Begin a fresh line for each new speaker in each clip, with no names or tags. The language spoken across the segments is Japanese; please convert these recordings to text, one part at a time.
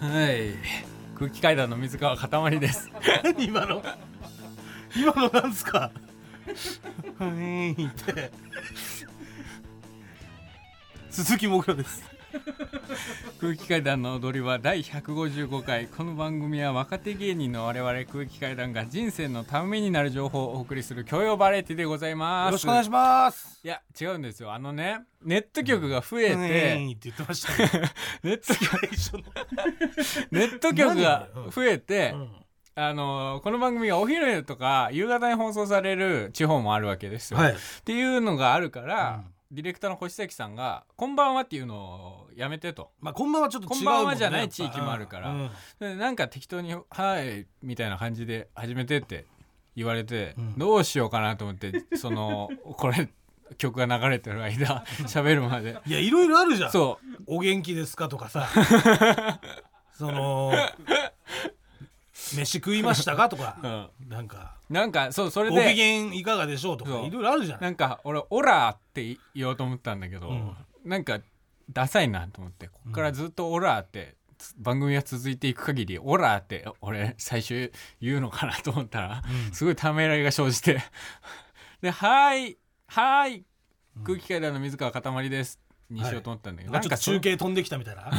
はい空気階段の水川かたまりです
何 今の今のなんですかはいって鈴木もぐらです
空気階段の踊り場第155回この番組は若手芸人の我々空気階段が人生のためになる情報をお送りする教養バラエティでございます
よろしくお願い
し
します
いや違うんですよあのねネット局が増え
え
て、
ーいって言ってましたね
ネット局
最初の
ネット局が増えて、
うん
あのこの番組がお昼とか夕方に放送される地方もあるわけですよ、
はい
っていうのがあるから、
うん
ディレクターの越崎さんが「こんばんは」っていうのをやめてと
まあこんばんはちょっと違
こ
うも
んばん
ね
はじゃない
やっぱ
地域もあるから
うん
でなんか適当に「はい」みたいな感じで始めてって言われて、
うん
どうしようかなと思ってその これ曲が流れてる間喋るまで
いやいろいろあるじゃん
そう
お元気ですかと かさその飯食いましたかと
う
か、
ん
なんか
なんかそうそれ
ご
で
機嫌いかがでしょうとか
そう
いろいろあるじゃん
なんか俺「オラ」って言おうと思ったんだけど、
うん
なんかダサいなと思ってこっからずっと「オラ」ってつ番組が続いていく限り「オラ」って俺最終言うのかなと思ったら、
うん
すごいためらいが生じて で「はーいはーい空気階段の水川かたまりです」にしようと思ったんだけど、
なんかちょっと
その
中継飛んできたみたいな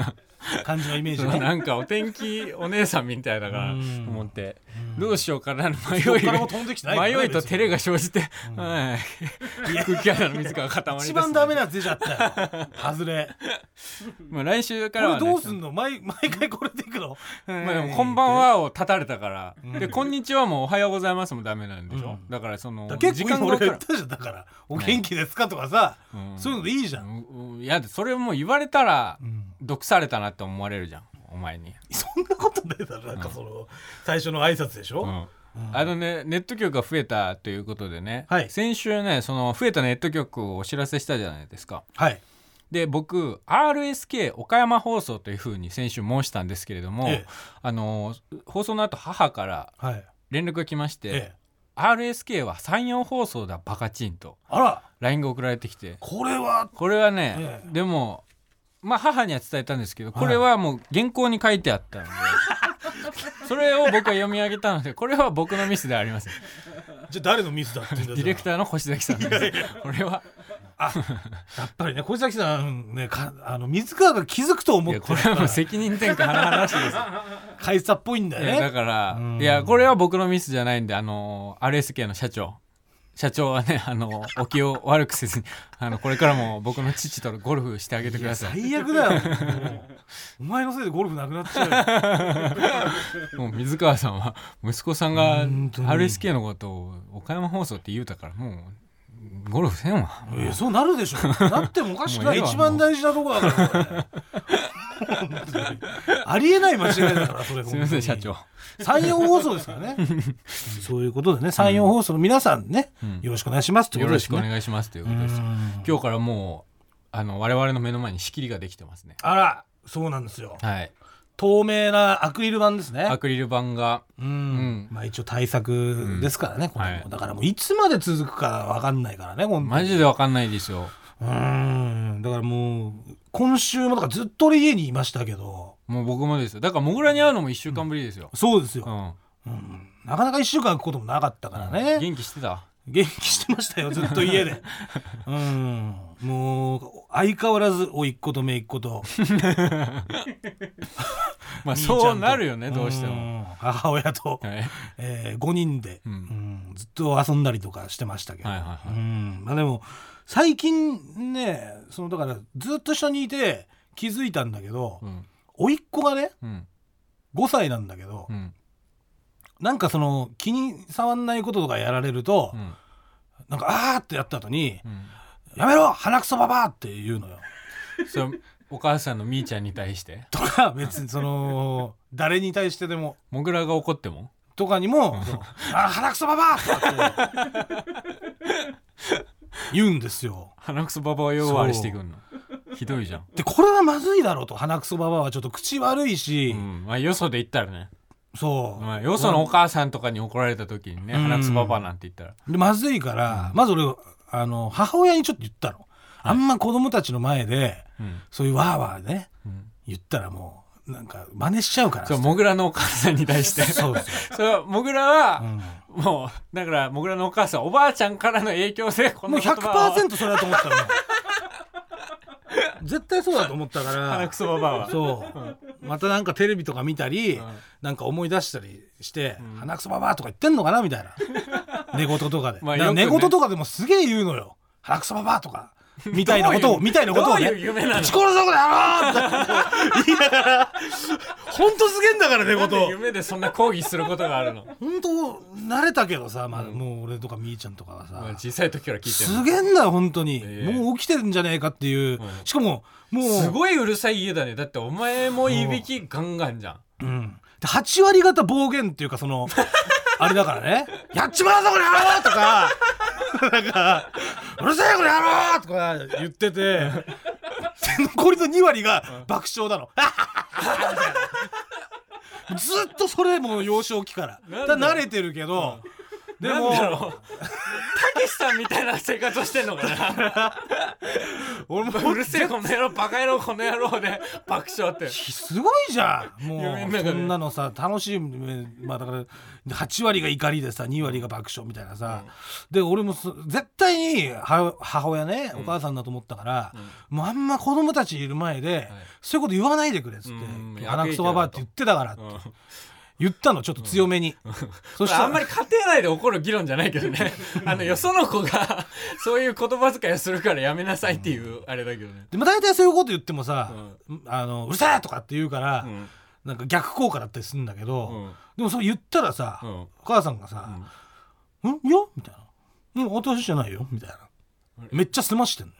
感じのイメージ
そ
が
の
ね
なんかお天気お姉さんみたいだから
うん
思って、どうしようかな迷
どっ
い
から
が
も飛んできてないからね
迷いと照れが生じて、
うん
はい
別にいや
空気階段の水川かたまりです
一番ダメなやつ出ちゃったよ外れ
まあ来週
こ
から
れ
は、ね、
どうすんの毎毎回これでいくの
まあでも「こんばんは」を立たれたから、
うん
で「こんにちは」も「おはようございます」もダメなんでしょ、
うん
だからその
だから結構今
が
俺
分
言
か
っ、たじゃんだからお元気ですかとかさ
うん
そういうのでいいじゃん
うんいやそれもう言われたら
うん
毒されたなって思われるじゃんお前に、
そんなことねえだろなんかその最初の挨拶でし
う
ょ
ん
うん
あのねネット局が増えたということでね、
はい
先週ねその増えたネット局をお知らせしたじゃないですか
はい
で僕 RSK 岡山放送というふうに先週申したんですけれども、
ええ
あの放送の後母から
はい
連絡が来まして、
ええ
RSK は山陽放送だバカチンと
あら
LINE が送られてきて
これは
これはね、
ええ
でもまあ母には伝えたんですけどこれはもう原稿に書いてあったので、 それを僕は読み上げたのでこれは僕のミスではありません
じゃあ誰のミスだって言うんだ
デ
よ
ィレクターの星崎さんですこれは
やっぱりね小崎さんねかあの水川が気づくと思
い
っ
や
て
これはもう責任転 嫁の話です
会社っぽいんだ
いや
よ
だ
ね
から
うん
いやこれは僕のミスじゃないんであの RSK の社長社長はねあのお気を悪くせずに あのこれからも僕の父とゴルフしてあげてください
最悪 だよもうお前のせいでゴルフなくなっちゃうよ
もう水川さんは息子さんが
本当に
RSK のことを岡山放送って言うたからもうゴルフせんわ
いやそうなるでしょ なってもおかしくない
もういいわ
一番大事なとこだからこれ本当にありえない間違いだからそれ
すみません
本当
社
に
長
山陽放送ですからねそういうことでね山陽放送の皆さんね、
うん
よろしくお願いしますってこ
よ
とで
ろし
す
くお
ね
願いしますということです
うん
今日からもうあの我々の目の前に仕切りができてますね
あらそうなんですよ
はい
透明なアクリル板ですね
アクリル板が
うん、
ん
まあ一応対策ですからね、これも
はい
だからもういつまで続くかわかんないからねこん
マジでわかんないですよ
うんだからもう今週もだからずっと俺家にいましたけど
もう僕もですよだからモグラに会うのも1週間ぶりですよ、
そうです
う
よ、
ん
うんなかなか1週間空くこともなかったからね、
元気してた
元気してましたよずっと 家でうんもう相変わらず甥っ子と姪っ子と
まあ
兄ちゃんと
そうなるよねどうしても、
ん母親と、
はい、
え5人で、
うん
うんずっと遊んだりとかしてましたけど、
はいはいはい
うんまあでも最近ねそのだからずっと一緒にいて気づいたんだけど、
うん
甥っ子がね
うん
5歳なんだけど、
うん
なんかその気に触んないこととかやられると、
うん
なんかあーってやった後に
うん
「やめろ鼻くそばば!」って言うのよ。
それお母さんのみーちゃんに対して
とか別にその誰に対してでも
モグラが怒っても
とかにも「そのあ鼻くそばば!」とかこう言うんですよ。
鼻くそババを呼ばわりしてく んのひどいじゃん、
でこれはまずいだろうと鼻くそばばはちょっと口悪いし、
うんまあ、よそで言ったらね、
そう、
まあ、よそのお母さんとかに怒られた時にね
うん
鼻くそババなんて言ったら
でまずいから、まず俺あの母親にちょっと言ったの。あんま子供たちの前で
うん
そういうわーわーね
うん
言ったらもうなんか真似しちゃうから
そうモグラのお母さんに対して
そうそう
それはモグラは、
うん
もうだからもぐらのお母さんおばあちゃんからの影響でこ
も
の
う
言葉を
100%それだと思ってた のよ絶対そうだと思ったか
鼻
ら
くそババアは
そうまたなんかテレビとか見たり、
うん
なんか思い出したりして
うん
「鼻くそばば」とか言ってんのかなみた いな寝言とかで、
まあ
だ
よ
から
くね
寝言とかでもすげえ言うのよ「鼻くそばば」とか。みたいなこと
どうい
を
う
みたいなことをね
どういう夢なの
「打ち殺すぞこの 野郎!」って言いながら本当すげえんだから寝
なんで
言
夢でそんな抗議することがあるの
本当慣れたけどさ、まあ、もう俺とかみーちゃんとかはさ、
まあ小さい時から聞いてる
すげえんだよ本当に、
ええ
もう起きてるんじゃねえかっていう、
ん
しかももう
すごいうるさい家だねだってお前もいびきガンガンじゃん
うん、で8割方暴言っていうかそ のあれだからね「やっちまうぞこの野郎!」とか「なんかうるせえこの野郎!」とか言っててで残りの2割が爆笑なの。 ずっとそれもう幼少期から
なんだ
だから慣れてるけど、で
でも
も
たけしさんみたいな生活をしてんのか な
俺も
うるせえこの野郎バカ野郎この野郎で爆笑って
すごいじゃんも
夢の中
う
で
そんなのさ楽しいまあだから8割が怒りでさ2割が爆笑みたいなさ、で俺もそ絶対には母親ねお母さんだと思ったから、もうあんま子供たちいる前で、そういうこと言わないでくれっつって
うん
「鼻くそばば」って言ってたからって言ったのちょっと強めに、そしたら
あんまり家庭内で起こる議論じゃないけどねあのよその子がそういう言葉遣いをするからやめなさいっていうあれだけどね、
でも大体そういうこと言ってもさ「あのうるせえ!」とかって言うから、
うん
なんか逆効果だったりするんだけど、
うん
でもそれ言ったらさ、
うん
お母さんがさ「んいや?」みたいな「うん私じゃないよ」みたいなめっちゃ澄ましてんの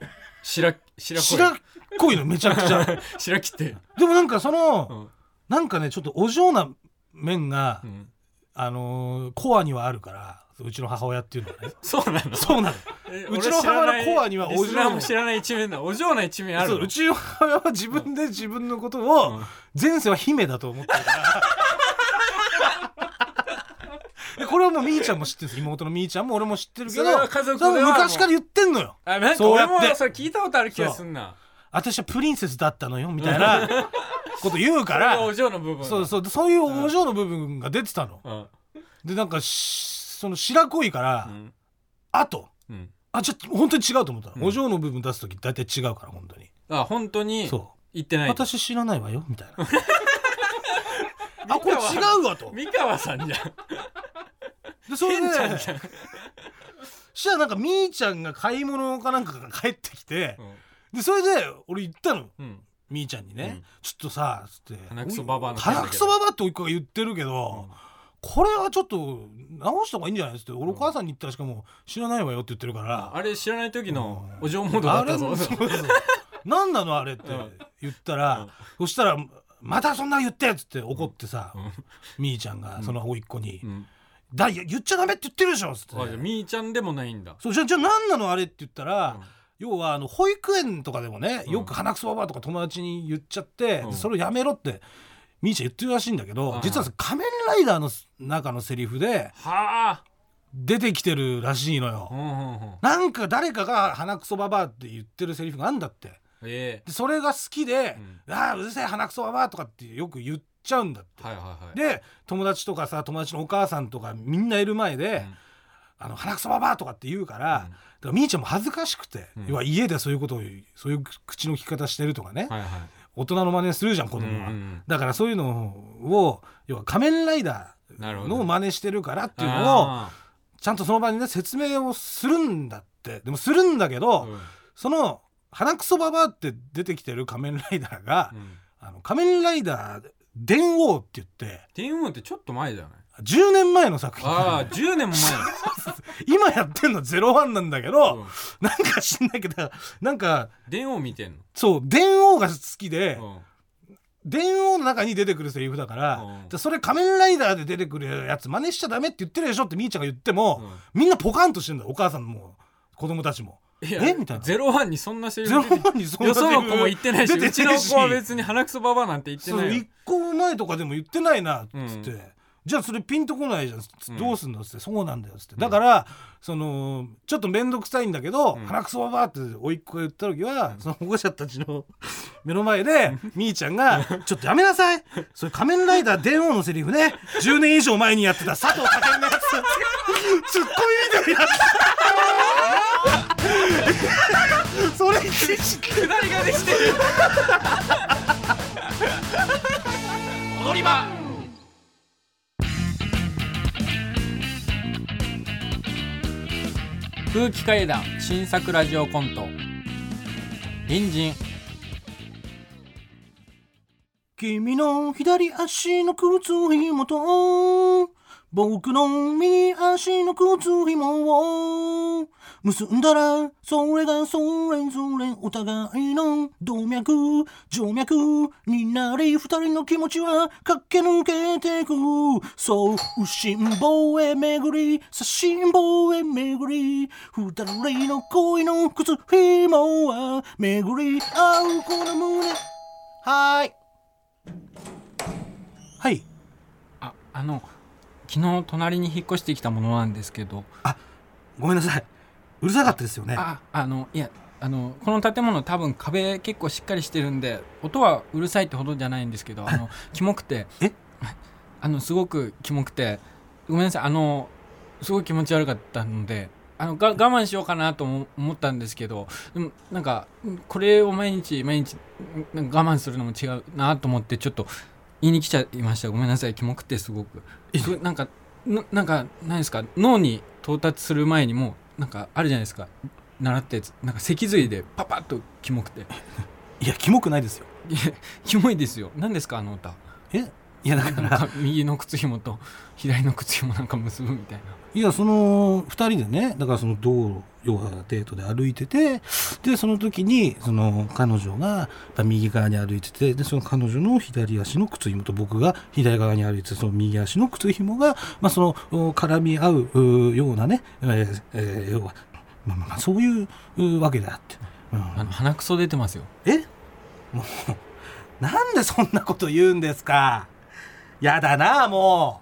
白白
白
白
っこいのめちゃくち ゃ
白木って、
でもなんかその、
うん
なんかねちょっとお嬢な面が、
うん
あのーコアにはあるからうちの母親っていうの はね
そうなの
そうなの
え
うちの
俺
母の
知らない
コアにはお嬢
リスナーも知らない一面だお嬢な一面あ
そ
る
う
の
うちの母親は自分で自分のことを、
うん
前世は姫だと思ってるから でこれはもうみーちゃんも知ってるんです妹のみーちゃんも俺も知ってるけど
それは家族では
それは昔から言ってんのよ
あなんか
そうや
俺
って
もそれ聞いたことある気がすんな
私はプリンセスだったのよみた いなこと言うか
これがお
ら
嬢の部分
そうそうでそういうお嬢の部分が出てたの、
うん
でなんかしその白濃いから、
うん
あと
うん
あちょっと本当に違うと思ったの、
うん
お嬢の部分出す時大体違うから本当に、
あ本当に
そ
言って
う
ない
私知らないわよみたい なあこれ違うわと
三河さ んじゃん
でそれで
ケンちゃんじゃん
そしたらなんかみーちゃんが買い物かなんかが帰ってきて
う、ん
でそれで俺言ったの
うん
みーちゃんにね、
うん
ちょっとさつって
鼻くそババアの件だけど
鼻くそババアっておいっ子が言ってるけど、これはちょっと直した方がいいんじゃないですって俺お母さんに言ったらしかもう知らないわよって言ってるから、
あれ知らない時のお嬢モードだ
あ
っ
れ
た
も
ぞ
そうそう何なのあれって
うん
言ったら、
うん
そしたら「またそんなの言って!」っつって怒ってさ、
ん
みーちゃんがそのおいっ子に「
うん
だいや言っちゃダメって言ってるでしょ」っつって、
あじゃあみーちゃんでもないんだ
そうじゃあじゃあ何なのあれって言ったら、
うん
要はあの保育園とかでもね
うん
よく鼻くそばばあとか友達に言っちゃって、
うん
それをやめろってみーちゃん言ってるらしいんだけど、
うん
実はその仮面ライダーの中のセリフで
はあ
出てきてるらしいのよ。
うんうんうん
なんか誰かが鼻くそばばあって言ってるセリフがあんだって
ええ
でそれが好きで「ああうるせえ鼻くそばばあ」とかってよく言っちゃうんだって、
はいはいはい
で友達とかさ友達のお母さんとかみんないる前で「
ん
あの鼻くそばばあ」とかって言うから、
うん
だからみーちゃんも恥ずかしくて、
うん
要は家でそういうことをそういう口の利き方してるとかね、
はいはい
大人の真似するじゃん子供は、
うんうんうん
だからそういうのを要は仮面ライダ
なる
ー
ほど
の
っ
真似してるからっていうのをちゃんとその場にね説明をするんだってでもするんだけど、その鼻くそばばあって出てきてる仮面ライダーが、あの仮面ライダー伝王って言って
天王ってちょっと前じゃない
10年前の作品
ああ10年も
今やってんのゼロワンなんだけど、
前うん
なんか知んないけどなんか
電王見てんの
そう伝王が好きで、
うん
伝王の中に出てくるセリフだから
うん、
でそれ仮面ライダーで出てくるやつ真似しちゃダメって言ってるでしょってみーちゃんが言っても、みんなポカンとしてんだよお母さんも子供たちも。
いや
えみたいな。
ゼロワンにそんなセリ
ゼロ
フ出て
ワンにそんな
よその子も
セリ
言っ
フ
てないし
出
う
て
ち
ね
の
えし
子は別に鼻くそばばなんて言って
そう
ないよ
一個前とかでも言ってないなっつって、
うん
じゃあそれピンとこないじゃんつってどうすんの?」っつって「そうなんだよ」っつってだからそのちょっと面倒くさいんだけど
うん
鼻くそばばって甥っ子が言った時はその保護者たちの 目の前でみーちゃんが「ちょっとやめなさいそれ仮面ライダー電王のセリフね10年以上前にやってた佐藤健のやつツッコミみたいにな ったそれ聞いて
くだりができてる踊り場空気階段新作ラジオコント隣人
君の左足の靴ひもと僕の右足の靴ひもを結んだらそれがそれぞれお互いの動脈静脈になり二人の気持ちは駆け抜けてくそう右心房へ巡り左心房へ巡り二人の恋の靴ひもは巡り合うこの胸はーいはい。
ああの昨日隣に引っ越してきたものなんですけど
ごめんなさい。うるさかったですよね。
ああのいやあのこの建物多分壁結構しっかりしてるんで音はうるさいってほどじゃないんですけどあの キモくて
え
あのすごくキモくてごめんなさいあのすごい気持ち悪かったのであのが我慢しようかなとも思ったんですけどでもなんかうんこれを毎日毎日うんなんか我慢するのも違うなと思ってちょっと言いに来ちゃいましたごめんなさいキモくてすごくすごいなんかななんか何ですか脳に到達する前にもうなんかあるじゃないですか習ったやつなんか脊髄でパパッとキモくてい
いや、キモくないですよ。
やキモいですよ何ですかあの歌
えいや、だか
なん
ら、
か右の靴紐と左の靴紐なんか結ぶみたいない
や、その、二人でね、だからその道路、要はデートで歩いてて、で、その時に、その、彼女が、やっぱ右側に歩いてて、で、その彼女の左足の靴紐と僕が左側に歩いてて、その右足の靴紐が、まあ、その、お絡み合ううようなね、えーえー要は、まあまあまあ、そういううわけであって。うん
あの鼻くそ出てますよ
えもうなんでそんなこと言うんですかやだなも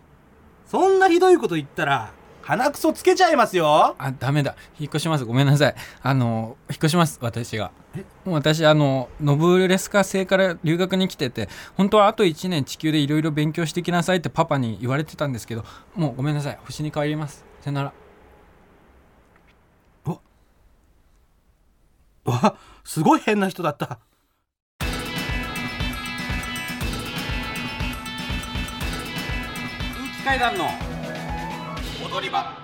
うそんなひどいこと言ったら鼻くそつけちゃいますよ
あダメだ引っ越しますごめんなさいあの引っ越します私が
え
もう私あのノブレスカ星から留学に来てて本当はあと1年地球でいろいろ勉強してきなさいってパパに言われてたんですけどもうごめんなさい星に帰りますさよなら
わすごい変な人だった
空気階段の踊り場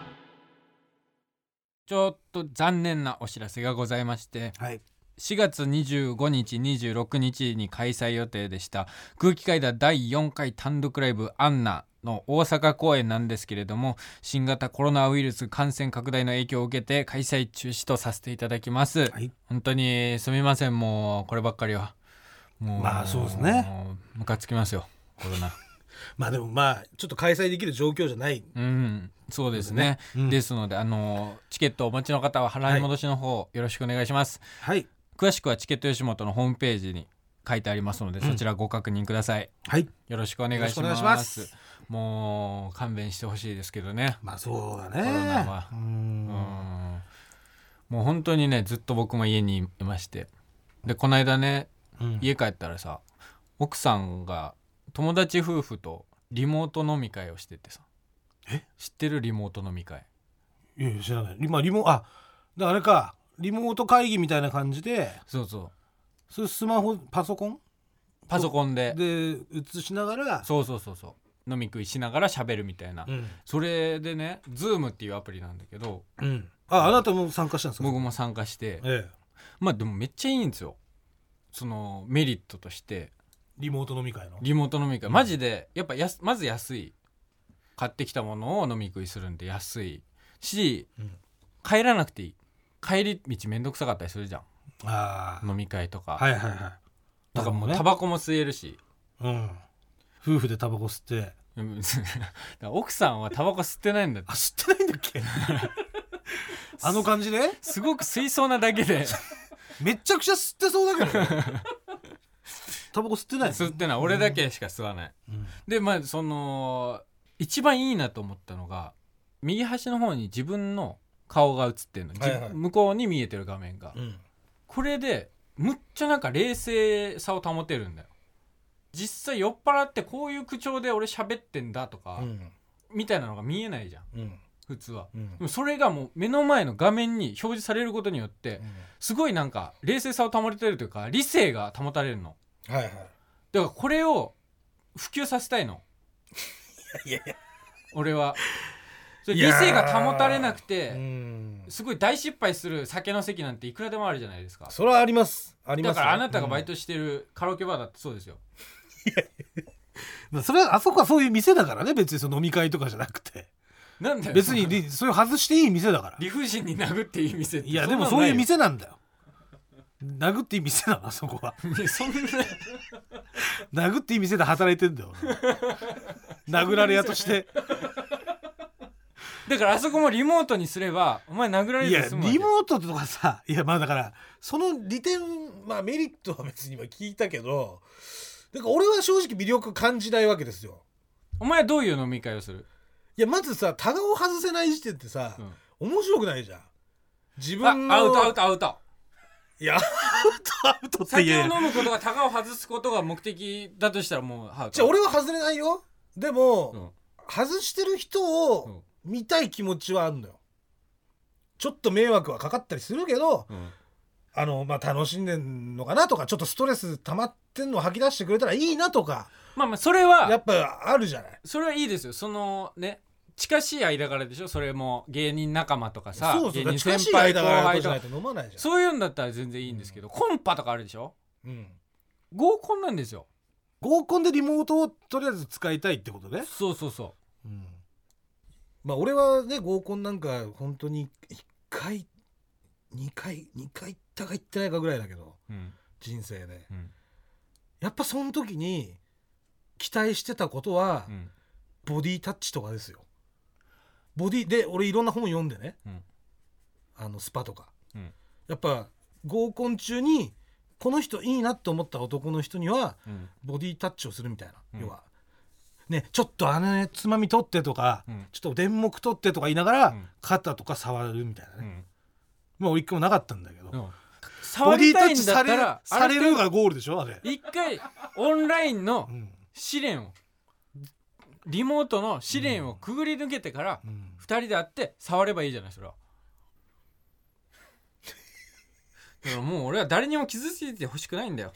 ちょっと残念なお知らせがございまして
はい
4月25日26日に開催予定でした空気階段第4回単独ライブ「アンナ」の大阪公演なんですけれども新型コロナウイルス感染拡大の影響を受けて開催中止とさせていただきます、
はい
本当にすみませんもうこればっかりはも
まあそうですね
ムカつきますよコロナ
まあでもまあちょっと開催できる状況じゃない
うん、そうですね。
すねうん
ですので、あのチケットをお持ちの方は払い戻しの方よろしくお願いします。
はい
詳しくはチケット吉本のホームページに書いてありますので、そちらご確認ください。
はい
よろしくお願いします。
よろしくお願いします
もう勘弁してほしいですけどね。
まあそうだ
コロナ
ね
は
う
うんん。もう本当にね、ずっと僕も家にいまして、でこの間ね、
うん
家帰ったらさ、奥さんが友達夫婦とリモート飲み会をしててさ。
え
知ってるリモート飲み会。
いやいや知らない今リモあだからあれかリモート会議みたいな感じで
そうそう。
それスマホパソコン
パソコンで
で映しながら
そうそうそうそう飲み食いしながら喋るみたいな、
うん
それでね Zoom っていうアプリなんだけど
うんああなたも参加したんですか
僕も参加して
ええ
まあでもめっちゃいいんですよそのメリットとして
リモート飲み会の
リモート飲み会マジでやっぱやすまず安い買ってきたものを飲み食いするんで安いし、
うん
帰らなくていい帰り道めんどくさかったりするじゃ
あ
ん飲み会とか、
あはいはいはい
だからもうタ
なるほどね
バコも吸えるし
うん夫婦でタバコ吸って
うん だから奥さんはタバコ吸ってないんだって
あ吸ってないんだっ けあの感じです
ごく吸いそうなだけ で
めっちゃくちゃ吸ってそうだけどねタバコ吸ってない
吸ってない俺だけしか吸わない、
うん
でまあその一番いいなと思ったのが右端の方に自分の顔が映ってるの、じ
はいはい
向こうに見えてる画面が、
うん
これでむっちゃなんか冷静さを保てるんだよ実際酔っ払ってこういう口調で俺喋ってんだとか、
うん
みたいなのが見えないじゃん
うん
普通は
うん
でもそれがもう目の前の画面に表示されることによってすごいなんか冷静さを保てるというか理性が保たれるの
はい
だ
は
からこれを普及させたいの
いいやいや
俺はそれ
い
理
やー
性が保たれなく
う
て
ん
すごい大失敗する酒の席なんていくらでもあるじゃないですか
それはありますありま
だ
す
からあなたがバイ
ト、
トしてるカラオケバーだってそうですよ
うんそれはあそこはそういう店だからね別にその飲み会とかじゃなくて
なんだよ
別にりそういう外していい店だから
理不尽に殴っていい店って
いやでもそういう店なんだよ殴っていい店なのあそこは
そんなのないよ そんな
殴っていい店で働いてんだよ俺殴られ屋として
だからあそこもリモートにすればお前殴られ
い
る
や
で
リ
済
モ
むわけ
ートとかさいやまあだからその利点まあメリットは別に今聞いたけどなんか俺は正直魅力感じないわけですよ
お前はどういう飲み会をする
いやまずさタガを外せない時点ってさ、面白くないじゃん自
あ
分の
アウトアウトアウト
いやアウトアウトって
酒を
言え
飲むことがタガを外すことが目的だとしたらもうアウト
じゃあ俺は外れないよでも、
うん
外してる人を見たい気持ちはあるのよちょっと迷惑はかかったりするけど
うん
あの、まあ、楽しんでんのかなとかちょっとストレス溜まってんのを吐き出してくれたらいいなとか
まあまあそれ
や
は
っぱあるじゃない
それはいいですよそのね近しい間柄でしょそれも芸人仲間とかさ
そうそ
芸
う
人
近し
先
い
輩
間
後
柄
輩
じ
と
ゃない
か
と飲まないじゃん
そういうんだったら全然いいんですけど、コンパとかあるでしょ
うん
合コンなんですよ
合コンでリモートをとりあえず使いたいってことね
そうそうそう
うんまあ俺はね合コンなんか本当に1回2回2回行ったか行ってないかぐらいだけど
うん
人生で
うん
やっぱその時に期待してたことは
うん
ボディタッチとかですよボディで俺いろんな本読んでね
うん
あのスパとか
うん
やっぱ合コン中にこの人いいなと思った男の人には
うん
ボディタッチをするみたいな、
うん
要はねちょっとあのねつまみ取ってとか、
うん
ちょっと電目取ってとか言いながら、
うん
肩とか触るみたいな
う
ね、
ん
まあ俺一回もなかったんだけど、
うん
ボ
触
ディ
り
タ
たい
ッ
ん
チ
だ
さ
っ
れ
た
る
ら
される
あ
がゴールでしょあれ
程、度一回オンラインの
うん
試練をリモートの試練をくぐり抜けてから
うん
二人で会って触ればいいじゃないそれはだからもう俺は誰にも傷ついてほしくないんだよ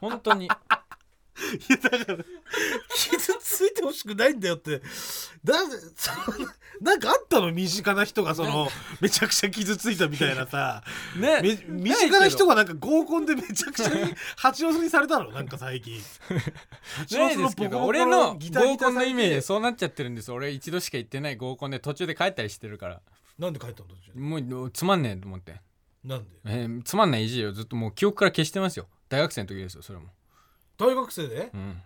本当に
いやだから傷ついてほしくないんだよってだそなんかあったの身近な人がそのめちゃくちゃ傷ついたみたいなさ
ね
め身近な人がなんか合コンでめちゃくちゃ に八王子にされたのなんか最近
ないですけど俺の合コンのイメージ
す
そうなっちゃってるんです俺一度しか行ってない合コンで途中で帰ったりしてるから
なんで帰ったの途中で
もうつまんねえと思って、
なんで
えーつまんないいじりをずっともう記憶から消してますよ大学生の時ですよそれも、
大学生で
うん、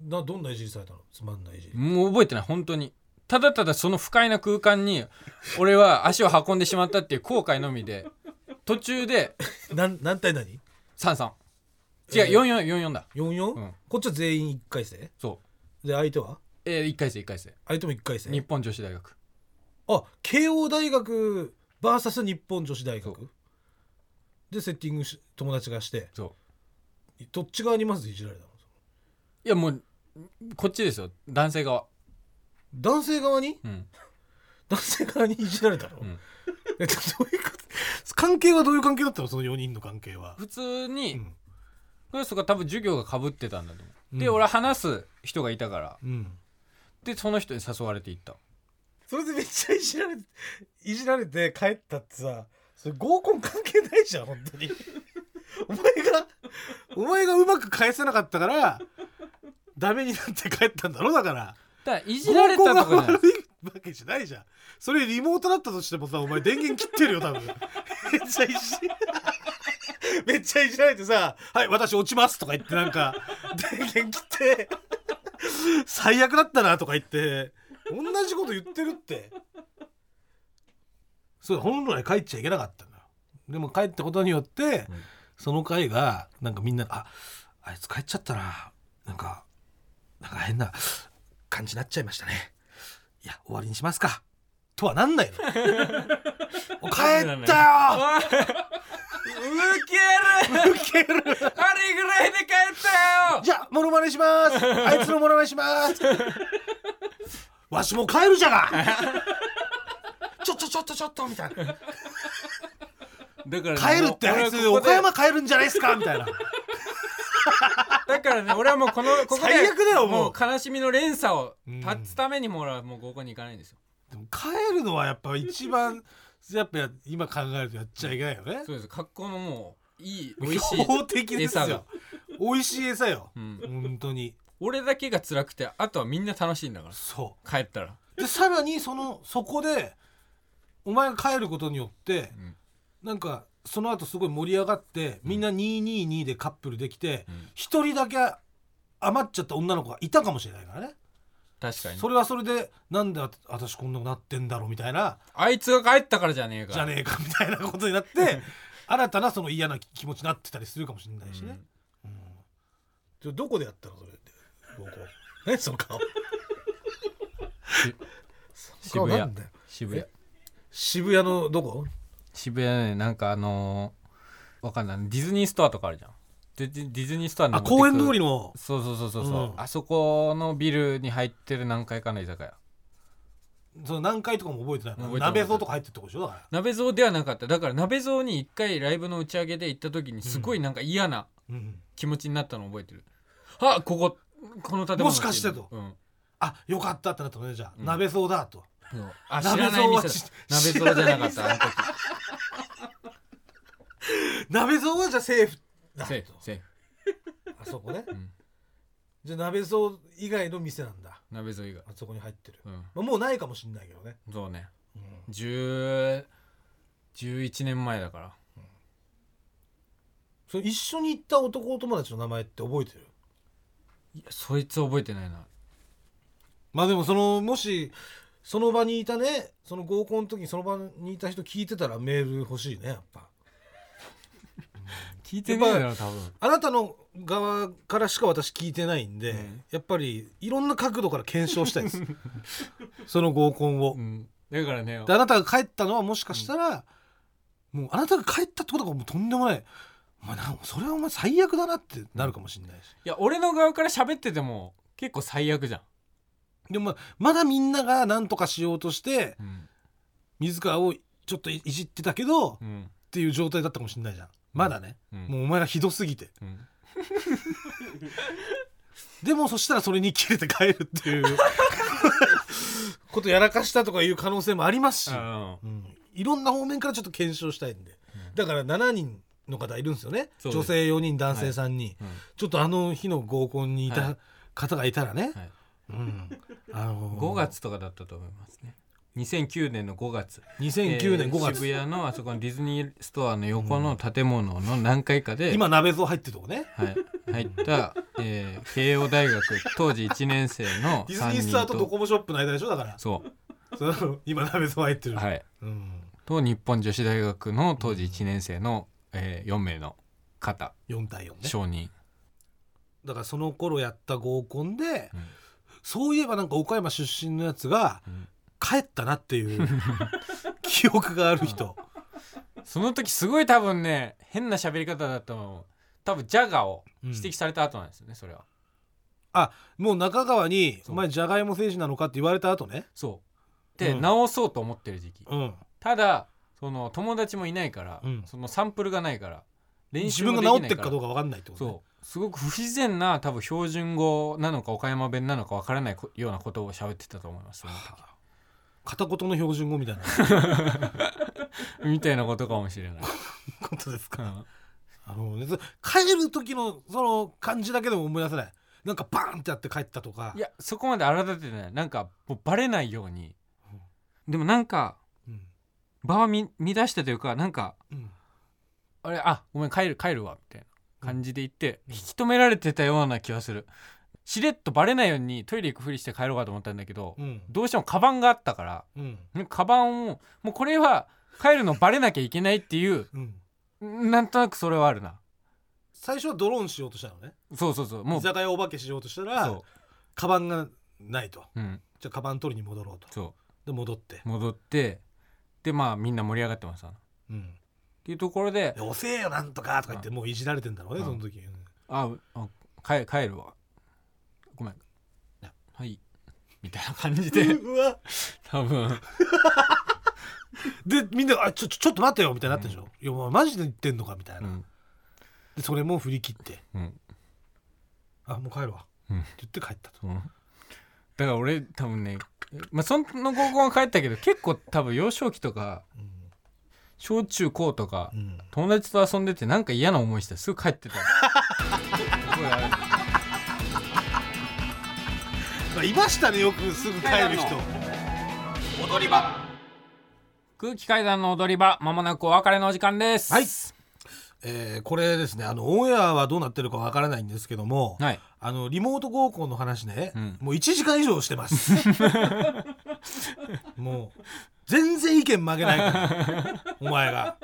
などんないじりされたのつまんないいじり
もう覚えてない本当にただただその不快な空間に俺は足を運んでしまったっていう後悔のみで途中で
なん何対何
33
え
違
ー
う4444だ
?44、
うん
こっちは全員1回生で
そう
相手は
えー、1回生1回生
相手も1回生
日本女子大学
あ慶応大学 VS 日本女子大
そ
学
う
でセッティングし友達がして
そう
どっち側にまずいじられたの
いやもうこっちですよ男性側
男性側に
うん
男性側にいじられたの、
ん
えどういうこと関係はどういう関係だったのその4人の関係は、
普通に、
うん
クラスとか多分授業がかぶってたんだと思う、で
うん
俺は話す人がいたから
うん、
でその人に誘われていった
それでめっちゃいじられていじられて帰ったってさそれ合コン関係ないじゃん本 当にお前がお前がうまく返せなかったからダメになって帰ったんだろだから
だからい
い
じられたとかじゃない
悪いわけじゃないじゃんそれリモートだったとしてもさお前電源切ってるよ多分 めっちゃいじめっちゃいじられてさ「はい私落ちます」とか言ってなんか電源切って「最悪だったな」とか言って同じこと言ってるってそう本来帰っちゃいけなかったんだよでも帰ったことによって、
うん
その回がなんかみんなあああいつ帰っちゃったななんかなんか変な感じになっちゃいましたねいや終わりにしますかとはなん ないのお帰ったよ
ける
ウケる
あれぐらいで帰ったよ
じゃあモノマネしますあいつのモノマネしますわしも帰るじゃ がちょちょちょっとちょっとみたいな
だから
帰るってあいつ岡山帰るんじゃないですかみたいな
だからね俺はもうこのここで
最悪だよも
も
う
う悲しみの連鎖を
うん
断つためにも俺はもう合コンに行かないんですよ
でも帰るのはやっぱ一番 やっぱや今考えるとやっちゃいけないよね
そうです格好のもういい美味しい
法的です
餌が
よ美味しい餌よ、
うん
本当に
俺だけが辛くてあとはみんな楽しいんだから
そ
帰ったら
うでさらにそのそこでお前が帰ることによって、
ん
なんかその後すごい盛り上がってみんな222でカップルできて一、人だけ余っちゃった女の子がいたかもしれないからね
確かに
それはそれでなんであ私こんなことなってんだろうみたいな
あいつが帰ったからじゃねえか
じゃねえかみたいなことになって 新たなその嫌な気持ちになってたりするかもしれないしね、うんどこでやったのそれって僕何その顔
渋
顔な
谷
んだよ
渋谷
渋谷のどこ
渋谷ねなんかあのー、わかんないディズニーストアとかあるじゃんでディディズニーストアの
あ公園通りの
そうそうそうそうそう、
うん
あそこのビルに入ってる何階かの居酒屋
その何階とかも覚えてない
覚えてない
鍋蔵とか入ってるとこでしょだから
鍋蔵ではなかっただから鍋蔵に一回ライブの打ち上げで行った時にすごいなんか嫌な
うん
気持ちになったの覚えてる、あこここの建物
もしかしてと
うん
あよかったってなったのねじゃあ、
うん
鍋蔵だと
そうあ知
鍋
ら
蔵
ない
は
店だ
知
鍋蔵じゃなか ったあの時
鍋蔵はじゃあセーフだと
セーフセーフ
あそこね、
ん
じゃあ鍋蔵以外の店なんだ
鍋蔵以外
あそこに入ってる、
うん
まあ、もうないかもしんないけどね、
そうね
うん
10 11年前だから
それ一緒に行った男友達の名前って覚えてる
いやそいつ覚えてないな
まあでもそのもしその場にいたねその合コンの時にその場にいた人聞いてたらメール欲しいねやっぱ
聞い
てねえだ
ろ多分
あなたの側からしか私聞いてないんで、やっぱりいろんな角度から検証したいです その合コンを、
うんだからね
であなたが帰ったのはもしかしたら、もうあなたが帰ったってことがもうとんでもないお前なんそれはお前最悪だなってなるかもしれないし
いや俺の側から喋ってても結構最悪じゃ
でもまあまだみんなが何とかしようとし
ん
て
うん
自らをちょっといじってたけ
う
ど、っ
ん
ていう状態だったかもしれないじゃんまだね、
うん
もうお前がひどすぎて
うん
でもそしたらそれに切れて帰るっ ていうことやらかしたとかいう可能性もありますし、
あー
うん、いろんな方面からちょっと検証したいんで、だから7人の方いるんですよね
そうです
女性4人男性3人、
うん
ちょっとあの日の合コンにい
は
た
い
方がいたらね、
はい
うん、あのー
5月とかだったと思いますね2009年の5月
2009
え
年
ー
5月、
渋谷のあそこのディズニーストアの横の建物の何階かで、
今鍋蔵入ってるとこね
はい、入った、えー慶応大学当時1年生の
ディズニ
3
ースター
人
とドコ
と
モショップの間でしょだから
そ
そ の今鍋蔵入って
う
る、
はい
うん、
と日本女子大学の当時1年生の、え4名の方
4対4ね
証人、
だからその頃やった合コンで、
うん
そういえばなんか岡山出身のやつが
うん
帰ったなっ ていう記憶がある人、
その時すごい多分ね変な喋り方だったの多分ジャガーを指摘された後なんですよね、それは
あもう中川に「
そ
お
う
前じゃがいも選手なのか?」って言われた後ね
そうで、
うん
直そうと思ってる時期
うん
ただその友達もいないから、
うん
そのサンプルがないから練
自
習も
分
で
が
きないから
治ってるかどうか分かんないってことね、
そうすごく不自然な多分標準語なのか岡山弁なのかわからないこようなことを喋ってたと思いますその時
はあ片言の標準語みたいな
みたいなことかもしれない、
ことです
う
か
ん
あのねそ帰る時のその感じだけでも思い出せないなんかバーンってやって帰ったとか
いやそこまで荒立ててないなんかもうバレないようにでもなんか
うん
場を見乱してというかなんか
うん
あれあごめん帰る帰るわみたいな感じで言って、引き止められてたような気がするしれっとバレないようにトイレ行くふりして帰ろうかと思ったんだけど、
うん
どうしてもカバンがあったから
うん
カバンをもうもうこれは帰るのバレなきゃいけないっていう
うん
なんとなくそれはあるな
最初はドローンしようとしたのね
そうそうそうも
居
う
酒屋お化けしようとしたら
そ
カバンがないと
う、うん、
じゃあカバン取りに戻ろうと
そ
で戻って
う、戻ってでまあみんな盛り上がってましたっ
うん、
ていうところで
で遅えよなんとかとか言って
う
もういじられてんだろうね
うん
その時、うん
ああ帰帰るわごめん
や
はいみたいな感じ で
うわ
多分
でみんなあちょちょちょっと待ってよみたいになってるでしょ、いやもうマジで言ってんのかみたいうな、
ん
でそれも振り切って
うん
あもう帰るわ、
うん
って言って帰ったと
うんだから俺多分ねまあその高校は帰ったけど結構多分幼少期とか
うん
小中高とか、
うん
友達と遊んでてなんか嫌な思いしてすぐ帰ってたすごいあれ
まあいましたねよくすぐ帰る人
空気階段の踊り場まもなくお別れのお時間です
はいえーこれですねあのオンエアはどうなってるかわからないんですけども、
はい
あのリモート合コンの話ね、
うん
もう1時間以上してます もう全然意見曲げないからお前が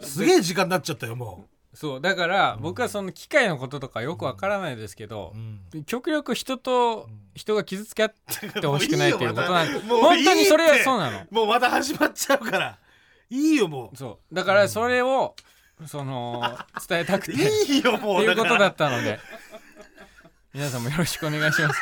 すげえ時間になっちゃったよも
そうだから僕はその機械のこととかよくわからないですけど
う、う、ん
極力人と人が傷つけ合ってほしくないっていうことなんで
もうい
本
いよまた
当にそれ
も
は
ういいって
そうなの
もうまた始まっちゃうからいいよも
そうだからそれをそ の伝えたく
う
て
いいよも
っ
う
ていうこと
か
だ
ら
ったので皆さんもよろしくお願いします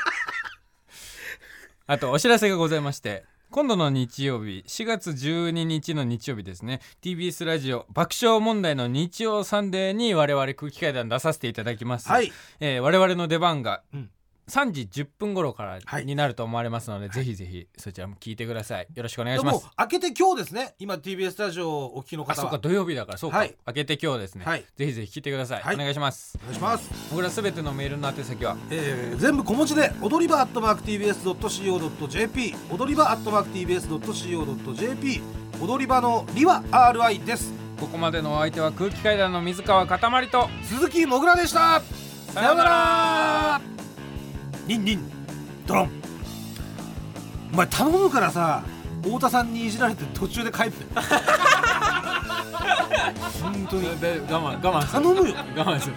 あとお知らせがございまして今度の日曜日4月12日の日曜日ですね TBS ラジオ爆笑問題の日曜サンデーに我々空気階段出させていただきます、
はい
えー我々の出番が
うん
3時10分頃か
は
ら
い
になると思われますので、ぜひぜひそちらも聞いてくださいよろしくお願い
で
しま
も
す
開けて今日ですね今 TBS ラジオをお聞きの
あ
方
そう
は
か土曜日だからそうか、
はい
明けて今日ですね、
はい
ぜひぜひ聞いてください、
はい
お願いします
お願いします
僕らすべてのメールの宛先は
えー全部小文字で踊り場アットマーク TBS.CO.JP 踊り場アットマーク TBS.CO.JP 踊り場のりは RI です
ここまでのお相手は空気階段の水川かたまりと
鈴木もぐらでした
さ
さようならニンニンドロンお前頼むからさ太田さんにいじられて途中で帰って本当に
で我慢我慢する
頼むよ
我慢する